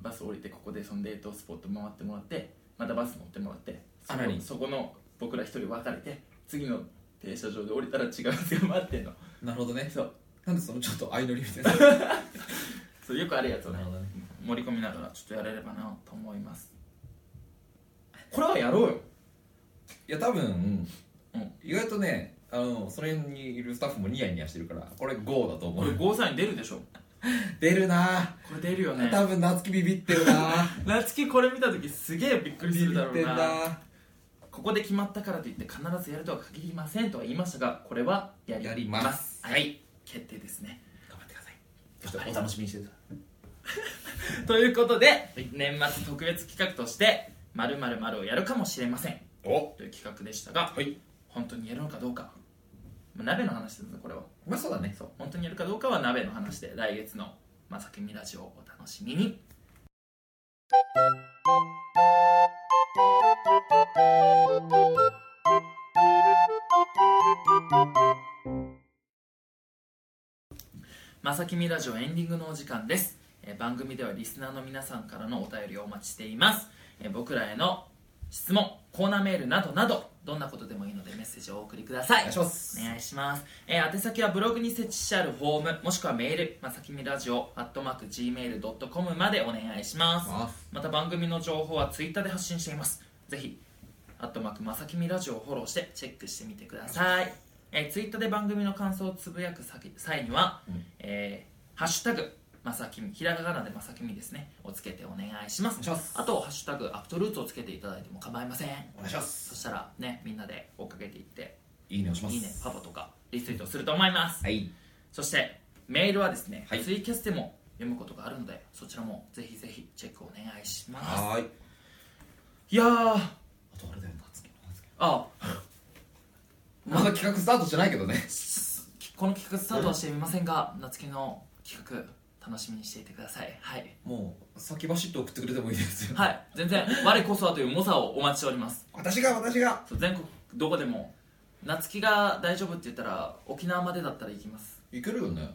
[SPEAKER 1] バス降りてここでそのデートスポット回ってもらってまたバス乗ってもらってそ
[SPEAKER 2] さ
[SPEAKER 1] こ
[SPEAKER 2] らに
[SPEAKER 1] そこの僕ら一人別れて次の停車場で降りたら違うやつが待って
[SPEAKER 2] <laughs>
[SPEAKER 1] んの
[SPEAKER 2] なるほどね
[SPEAKER 1] そう
[SPEAKER 2] なんでそのちょっと相乗りみたいな
[SPEAKER 1] そうよくあるやつをね
[SPEAKER 2] なるほどね
[SPEAKER 1] 盛り込みながらちょっとやれればなと思いますこれはやろうよ
[SPEAKER 2] いや多分、
[SPEAKER 1] うん
[SPEAKER 2] 意外とねあのその辺にいるスタッフもニヤニヤしてるからこれ GO だと思
[SPEAKER 1] これ
[SPEAKER 2] う
[SPEAKER 1] ゴーサイン出るでしょ
[SPEAKER 2] 出るな
[SPEAKER 1] これ出るよね
[SPEAKER 2] 多分夏希ビビってるな
[SPEAKER 1] 夏希これ見た時すげえびっくりするだろ
[SPEAKER 2] ビビ
[SPEAKER 1] う
[SPEAKER 2] ってん
[SPEAKER 1] な
[SPEAKER 2] な
[SPEAKER 1] ここで決まったからといって必ずやるとは限りませんとは言いましたがこれはやり
[SPEAKER 2] やります
[SPEAKER 1] はい決定ですね <laughs>
[SPEAKER 2] 頑張ってくださいちょっとお楽しみにしてて
[SPEAKER 1] ということで、年末特別企画として「まるをやるかもしれません
[SPEAKER 2] お
[SPEAKER 1] という企画でしたが
[SPEAKER 2] はい
[SPEAKER 1] 本当にやるのかどうか、まあ、鍋の話ですねこれは
[SPEAKER 2] まあそうだね
[SPEAKER 1] そう本当にやるかどうかは鍋の話で来月の「まさきみラジオ」をお楽しみにまさきみラジオエンディングのお時間です、えー番組ではリスナーの皆さんからのお便りをお待ちしています、えー僕らへの質問コーナーメールなどなどどんなことでもいいのでメッセージをお送りくださ
[SPEAKER 2] お願いします
[SPEAKER 1] お願いします、えー宛先はブログに設置してあるフォームもしくはメールまさきみラジオ Gmail.com までお願いします
[SPEAKER 2] あ
[SPEAKER 1] また番組の情報はツイッターで発信していますぜひアットマークまさきみラジオをフォローしてチェックしてみてください、えーツイッターで番組の感想をつぶやく先際には、
[SPEAKER 2] うん
[SPEAKER 1] えーハッシュタグまさきみひらがなでまさきみですねをつけてお願いしま
[SPEAKER 2] お願
[SPEAKER 1] す
[SPEAKER 2] いします
[SPEAKER 1] あとハッシュタグアプトルーツをつけていただいても構いません
[SPEAKER 2] お願いしま
[SPEAKER 1] そ
[SPEAKER 2] す
[SPEAKER 1] したらねみんなで追っかけていって
[SPEAKER 2] いいね押します
[SPEAKER 1] いいねパパとかリツイートすると思います、
[SPEAKER 2] はい
[SPEAKER 1] そしてメールはですね、
[SPEAKER 2] はい
[SPEAKER 1] ツイキャスでも読むことがあるのでそちらもぜひぜひチェックお願いします
[SPEAKER 2] はーい
[SPEAKER 1] いやー
[SPEAKER 2] あとあれだよ夏希の夏希
[SPEAKER 1] あ
[SPEAKER 2] まだ企画スタートしてないけどね
[SPEAKER 1] この企画スタートはしてみませんが夏希の企画楽しみにしていてくださいはい、
[SPEAKER 2] もう先走って送ってくれてもいいですよ
[SPEAKER 1] はい、全然我こそはという猛者をお待ちしております
[SPEAKER 2] 私が私が
[SPEAKER 1] そう全国どこでも夏希が大丈夫って言ったら沖縄までだったら行きます
[SPEAKER 2] いけるよね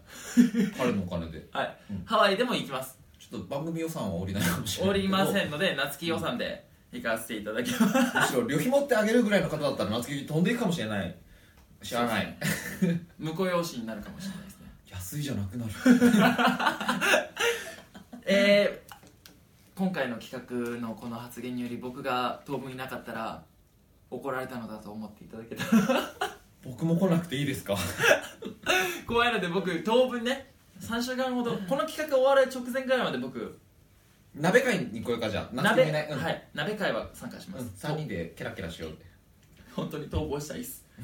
[SPEAKER 2] 彼のお金で
[SPEAKER 1] はい、
[SPEAKER 2] うん
[SPEAKER 1] ハワイでも行き
[SPEAKER 2] <laughs>
[SPEAKER 1] ます
[SPEAKER 2] ちょっと番組予算は降りないかもしれ
[SPEAKER 1] お
[SPEAKER 2] ない
[SPEAKER 1] りませ
[SPEAKER 2] ん
[SPEAKER 1] んので夏希予算で行かせていただきます
[SPEAKER 2] むしろ旅費持ってあげるぐらいの方だったら夏希飛んでいくかもしれない知
[SPEAKER 1] <laughs>
[SPEAKER 2] らない
[SPEAKER 1] そうですね婿養子になるかもしれないですね
[SPEAKER 2] 安いじゃなくなる
[SPEAKER 1] えー今回の企画のこの発言により僕が当分いなかったら怒られたのだと思っていただけた <laughs> ら
[SPEAKER 2] 僕も来なくていいですか
[SPEAKER 1] 怖いので僕当分ね3週間ほどこの企画終わる直前ぐらいまで僕
[SPEAKER 2] 鍋会に来ようかじゃあ夏
[SPEAKER 1] 鍋,、
[SPEAKER 2] にねうん
[SPEAKER 1] はい、鍋会は参加しま
[SPEAKER 2] うん、
[SPEAKER 1] す、
[SPEAKER 2] 3人でケラケラしようって
[SPEAKER 1] 本当に逃亡したいっす <laughs>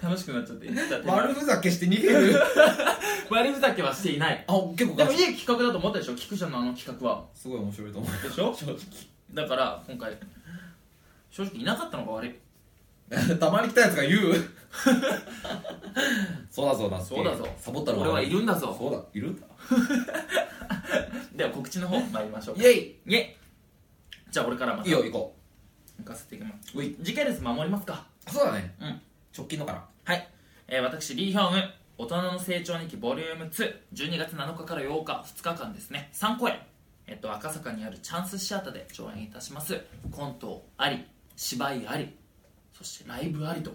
[SPEAKER 1] 楽しくなっちゃってだ <laughs> って
[SPEAKER 2] 丸ふざけして逃げる
[SPEAKER 1] 悪ふざけはしていない
[SPEAKER 2] あ結構
[SPEAKER 1] で
[SPEAKER 2] ガ
[SPEAKER 1] もい
[SPEAKER 2] チ
[SPEAKER 1] い企画だと思ったでしょ菊ちゃんのあの企画は
[SPEAKER 2] すごい面白いと思う
[SPEAKER 1] でしょ正直だから今回正直いなかったのが悪い
[SPEAKER 2] たまに来たやつが言う <laughs> そうだそうだ
[SPEAKER 1] そうだぞ
[SPEAKER 2] サボったの
[SPEAKER 1] 俺はいるんだぞ
[SPEAKER 2] そうだいるんだ
[SPEAKER 1] では告知の方参りましょう
[SPEAKER 2] イエイ
[SPEAKER 1] イエイじゃあ俺からまた
[SPEAKER 2] いいよ行こ
[SPEAKER 1] 行かせていきます
[SPEAKER 2] ううい
[SPEAKER 1] 時系列守りますか
[SPEAKER 2] そうだね
[SPEAKER 1] うん
[SPEAKER 2] 直近のから
[SPEAKER 1] はい、えー私リーヒョンウン大人の成長日記ボリューム212月7日から8日2日間ですね3公演、えっと、赤坂にあるチャンスシアターで上演いたしますコントあり芝居ありそしてライブありと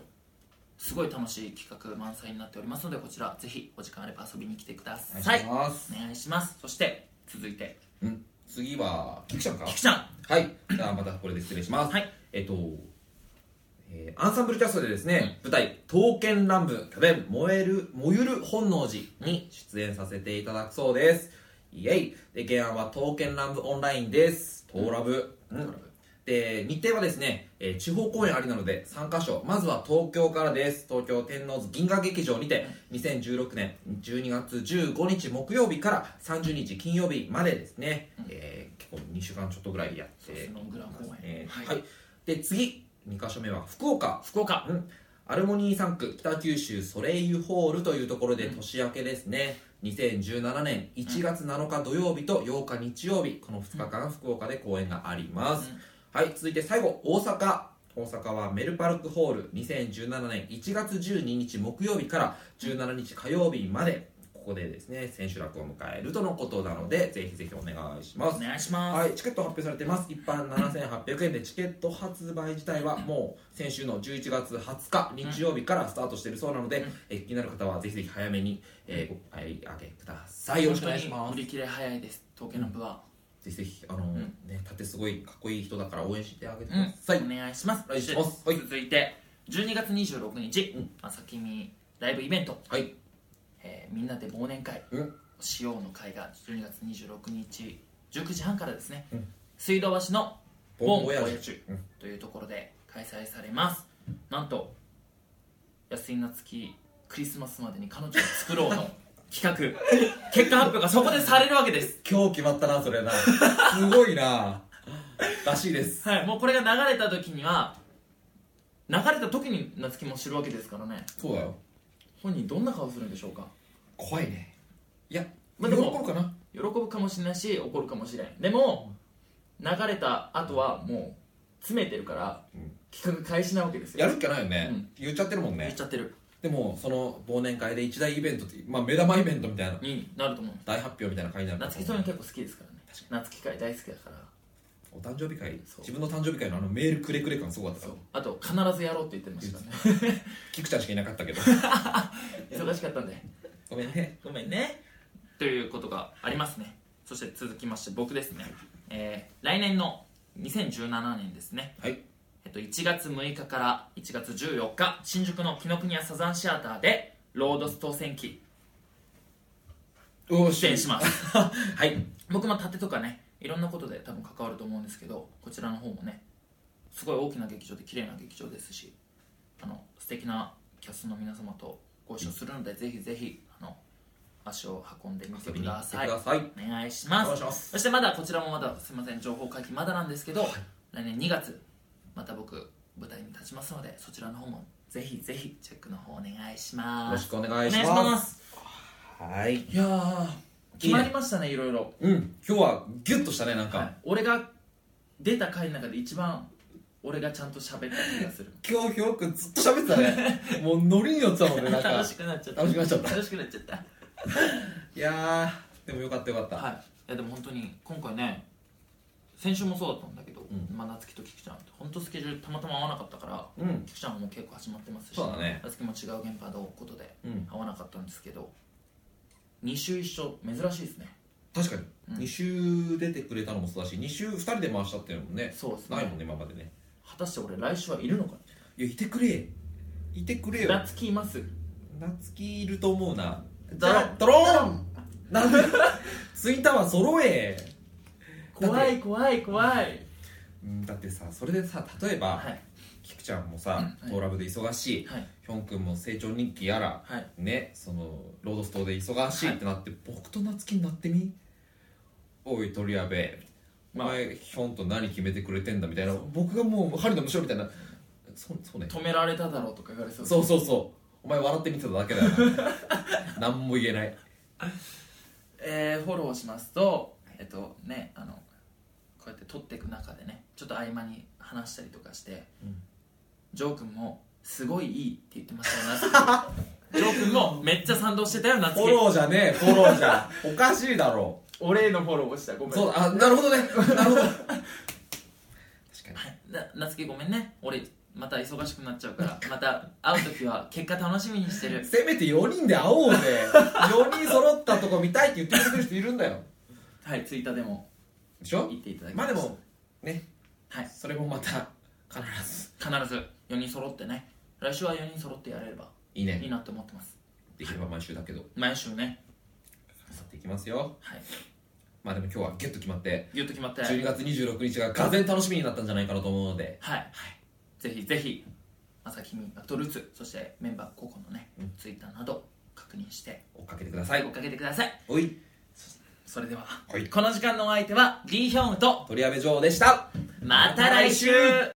[SPEAKER 1] すごい楽しい企画満載になっておりますのでこちらぜひお時間あれば遊びに来てくださ
[SPEAKER 2] お願い
[SPEAKER 1] い
[SPEAKER 2] します、
[SPEAKER 1] お願いしますそして続いて
[SPEAKER 2] うん次は菊ちゃんか
[SPEAKER 1] 菊ちゃん
[SPEAKER 2] はいじゃあまたこれで失礼します
[SPEAKER 1] はい
[SPEAKER 2] えっとえーアンサンブルキャストでですね、舞台「刀剣乱舞巨弁燃える燃ゆる本能寺」に出演させていただくそうですイエイで原案は「刀剣乱舞オンライン」です「刀ラブ」うんで日程はですね、えー地方公演ありなので3カ所まずは東京からです東京天王洲銀河劇場にて2016年12月15日木曜日から30日金曜日までですね、えー結構2週間ちょっとぐらいやって
[SPEAKER 1] そうですねロングラン公演
[SPEAKER 2] えー
[SPEAKER 1] は
[SPEAKER 2] はいい、で次2箇所目は福岡
[SPEAKER 1] 福岡
[SPEAKER 2] うん、アルモニー3区北九州ソレイユホールというところで年明けですね、2017年1月7日土曜日と8日日曜日この2日間福岡で公演があります、はい続いて最後大阪大阪はメルパルクホール2017年1月12日木曜日から17日火曜日までここでですね千秋楽を迎えるとのことなのでぜひぜひお願いします
[SPEAKER 1] お願いします、
[SPEAKER 2] はい、チケット発表されてます一般7800円でチケット発売自体はもう先週の11月20日日曜日からスタートしているそうなので、え気になる方はぜひぜひ早めに、えー、ご買い上げくださいよろしくお願いしま
[SPEAKER 1] 本当
[SPEAKER 2] す
[SPEAKER 1] に売
[SPEAKER 2] ぜ
[SPEAKER 1] り切れ早いです東京の部は、
[SPEAKER 2] ひぜひあのー、
[SPEAKER 1] ん
[SPEAKER 2] ね縦すごいかっこいい人だから応援してあげてく
[SPEAKER 1] うん
[SPEAKER 2] ださい、
[SPEAKER 1] お願いします
[SPEAKER 2] お願いしますはい
[SPEAKER 1] 続いて12月26日、まさきみライブイベント、
[SPEAKER 2] はい
[SPEAKER 1] えーみんなで忘年会
[SPEAKER 2] うん
[SPEAKER 1] をしようの会が12月26日19時半からですね、
[SPEAKER 2] うん
[SPEAKER 1] 水道橋のボ
[SPEAKER 2] ボ
[SPEAKER 1] ン
[SPEAKER 2] ン
[SPEAKER 1] ボ
[SPEAKER 2] ボ
[SPEAKER 1] ヤ
[SPEAKER 2] ヤ
[SPEAKER 1] ー
[SPEAKER 2] ー
[SPEAKER 1] ジ
[SPEAKER 2] ジ
[SPEAKER 1] ュというところで開催されますなんと安井夏樹クリスマスまでに彼女を作ろうの企
[SPEAKER 2] <laughs>
[SPEAKER 1] 画結果発表がそこでされるわけです
[SPEAKER 2] 今日決まったなそれなすごいならしいです
[SPEAKER 1] はい、もうこれが流れた時には流れた時に夏希も知るわけですからね
[SPEAKER 2] そうだよ
[SPEAKER 1] 本人どんな顔するんでしょうか
[SPEAKER 2] 怖いねいや、
[SPEAKER 1] まあ
[SPEAKER 2] 喜
[SPEAKER 1] で
[SPEAKER 2] ぶ
[SPEAKER 1] も
[SPEAKER 2] かな
[SPEAKER 1] 喜ぶかもしれないし怒るかもしれんでも流れた後はもう詰めてるから、
[SPEAKER 2] うん
[SPEAKER 1] 企画開始なわけですよ
[SPEAKER 2] やるっきゃないよね、
[SPEAKER 1] うん
[SPEAKER 2] 言っちゃってるもん
[SPEAKER 1] 言っ
[SPEAKER 2] ね
[SPEAKER 1] ちゃってる
[SPEAKER 2] でもその忘年会で一大イベントって、まあ、目玉イベントみたいな
[SPEAKER 1] になると思う
[SPEAKER 2] 大発表みたいな会になる
[SPEAKER 1] 夏希そういうの結構好きですからね夏希会大好きだから
[SPEAKER 2] お誕生日会
[SPEAKER 1] そう
[SPEAKER 2] 自分の誕生日会のあのメールくれくれ感すごかったか
[SPEAKER 1] そう
[SPEAKER 2] ら
[SPEAKER 1] あと必ずやろうって言ってましたね
[SPEAKER 2] 菊ちゃんしかいなかった
[SPEAKER 1] <laughs>
[SPEAKER 2] けど
[SPEAKER 1] 忙しかったんで
[SPEAKER 2] ごめんね
[SPEAKER 1] ごめんねということがありますねそして続きまして僕ですね、えー来年の2017年ですね、
[SPEAKER 2] はい
[SPEAKER 1] えっと、1月6日から1月14日新宿の紀ノ国屋サザンシアターで「ロードス当選記
[SPEAKER 2] おー」
[SPEAKER 1] 出演します
[SPEAKER 2] はい
[SPEAKER 1] 僕も盾とかねいろんなことで多分関わると思うんですけどこちらの方もねすごい大きな劇場で綺麗な劇場ですしあの素敵なキャストの皆様とご一緒するのでぜひぜひあの足を運んでみて
[SPEAKER 2] 遊び
[SPEAKER 1] く
[SPEAKER 2] に
[SPEAKER 1] だ
[SPEAKER 2] 来てく
[SPEAKER 1] さい
[SPEAKER 2] ださい
[SPEAKER 1] お願いします
[SPEAKER 2] お願いします
[SPEAKER 1] そしてまだこちらもまだすみません情報解禁まだなんですけど、来年2月また僕舞台に立ちますのでそちらの方もぜひぜひチェックの方お願いし
[SPEAKER 2] よ
[SPEAKER 1] ま
[SPEAKER 2] ろ
[SPEAKER 1] す
[SPEAKER 2] しくお願いします
[SPEAKER 1] お願いします
[SPEAKER 2] はい
[SPEAKER 1] いやー決まりましたねいろいろ、
[SPEAKER 2] うん今日はギュッとしたねなんか、
[SPEAKER 1] はい、俺が出た回の中で一番俺がちゃんと喋った気がする
[SPEAKER 2] 今日ひょうくんずっと喋ってた
[SPEAKER 1] <laughs>
[SPEAKER 2] ねもうノリに乗ってたもんねなんか
[SPEAKER 1] 楽しくなっちゃった
[SPEAKER 2] 楽しくなっちゃった
[SPEAKER 1] 楽しくなっちゃった
[SPEAKER 2] いやーでもよかったよかった、
[SPEAKER 1] はい、いやでも本当に今回ね先週もそうだったんだけど
[SPEAKER 2] うん
[SPEAKER 1] まあ、夏希とキクちゃんって本当スケジュールたまたま合わなかったから
[SPEAKER 2] うん
[SPEAKER 1] キクちゃんはもう結構始まってますし
[SPEAKER 2] そうだね
[SPEAKER 1] 夏希も違う現場で追うことで
[SPEAKER 2] うん
[SPEAKER 1] 合わなかったんですけど2週一緒珍しいですね
[SPEAKER 2] 確か
[SPEAKER 1] うん
[SPEAKER 2] に、2週出てくれたのもそうだし2週2人で回したっていうのもね
[SPEAKER 1] そうですね
[SPEAKER 2] ないもんね今までね
[SPEAKER 1] 果たして俺来週はいるのか
[SPEAKER 2] いやいてくれいてくれよ
[SPEAKER 1] 夏希います
[SPEAKER 2] 夏希いると思うな
[SPEAKER 1] ドロン
[SPEAKER 2] じゃあドローンなんでツイッターは揃え
[SPEAKER 1] 怖い怖い怖い
[SPEAKER 2] うんだってさそれでさ例えば、
[SPEAKER 1] はい
[SPEAKER 2] キクちゃんもさ
[SPEAKER 1] うん
[SPEAKER 2] 「トーラブ」で忙しい、
[SPEAKER 1] はい
[SPEAKER 2] ヒョン君も成長日記やら
[SPEAKER 1] はい
[SPEAKER 2] ねそのロードストーで忙しい
[SPEAKER 1] はい
[SPEAKER 2] ってなって、僕と夏希になってみおい鳥矢部お
[SPEAKER 1] まあ
[SPEAKER 2] 前ヒョンと何決めてくれてんだみたいな僕がもう針の無償みたいなそうそうね
[SPEAKER 1] 止められただろうとか言われそう
[SPEAKER 2] そうそうそうお前笑って見てただけだ <laughs> よな何も言えない
[SPEAKER 1] えーフォローしますとえっとねあのこうやって撮っていく中でねちょっと合間に話したりとかして、
[SPEAKER 2] うん
[SPEAKER 1] ジョー君も「すごいいい」って言ってましたよ夏
[SPEAKER 2] <laughs>
[SPEAKER 1] 希ジョー君もめっちゃ賛同してたよ夏
[SPEAKER 2] フォ
[SPEAKER 1] 希
[SPEAKER 2] ローじゃねえフォローじゃ <laughs> おかしいだろ
[SPEAKER 1] お礼のフォローをしたごめん
[SPEAKER 2] そうあなるほどねな <laughs> るほど確かに
[SPEAKER 1] はいな夏希ごめんね俺また忙しくなっちゃうからまた会う時は結果楽しみにしてる
[SPEAKER 2] せめて4人で会おうぜ4人揃ったとこ見たいって言ってくれる人いるんだよ
[SPEAKER 1] はいツイッターでも
[SPEAKER 2] でしょ
[SPEAKER 1] 言っていただき
[SPEAKER 2] まあ
[SPEAKER 1] した
[SPEAKER 2] でもね
[SPEAKER 1] はい
[SPEAKER 2] それもまた必ず
[SPEAKER 1] 必ず4人揃ってね来週は4人揃ってやれれば
[SPEAKER 2] いいね
[SPEAKER 1] いいなって思ってます
[SPEAKER 2] できれば毎週だけど
[SPEAKER 1] 毎週ね
[SPEAKER 2] やっていきますよ
[SPEAKER 1] はい
[SPEAKER 2] まあでも今日はギュッと決まって
[SPEAKER 1] ギュッと決まって
[SPEAKER 2] 12月26日ががぜん楽しみになったんじゃないかなと思うので
[SPEAKER 1] はい、ぜひぜひまさきみバトルーツそしてメンバー個々のね、
[SPEAKER 2] うん
[SPEAKER 1] ツイッターなど確認して
[SPEAKER 2] 追っかけてください
[SPEAKER 1] 追っかけてください
[SPEAKER 2] おい
[SPEAKER 1] それでは、
[SPEAKER 2] はい
[SPEAKER 1] この時間のお相手はリーヒョンウと
[SPEAKER 2] 鳥矢部城でした
[SPEAKER 1] また来週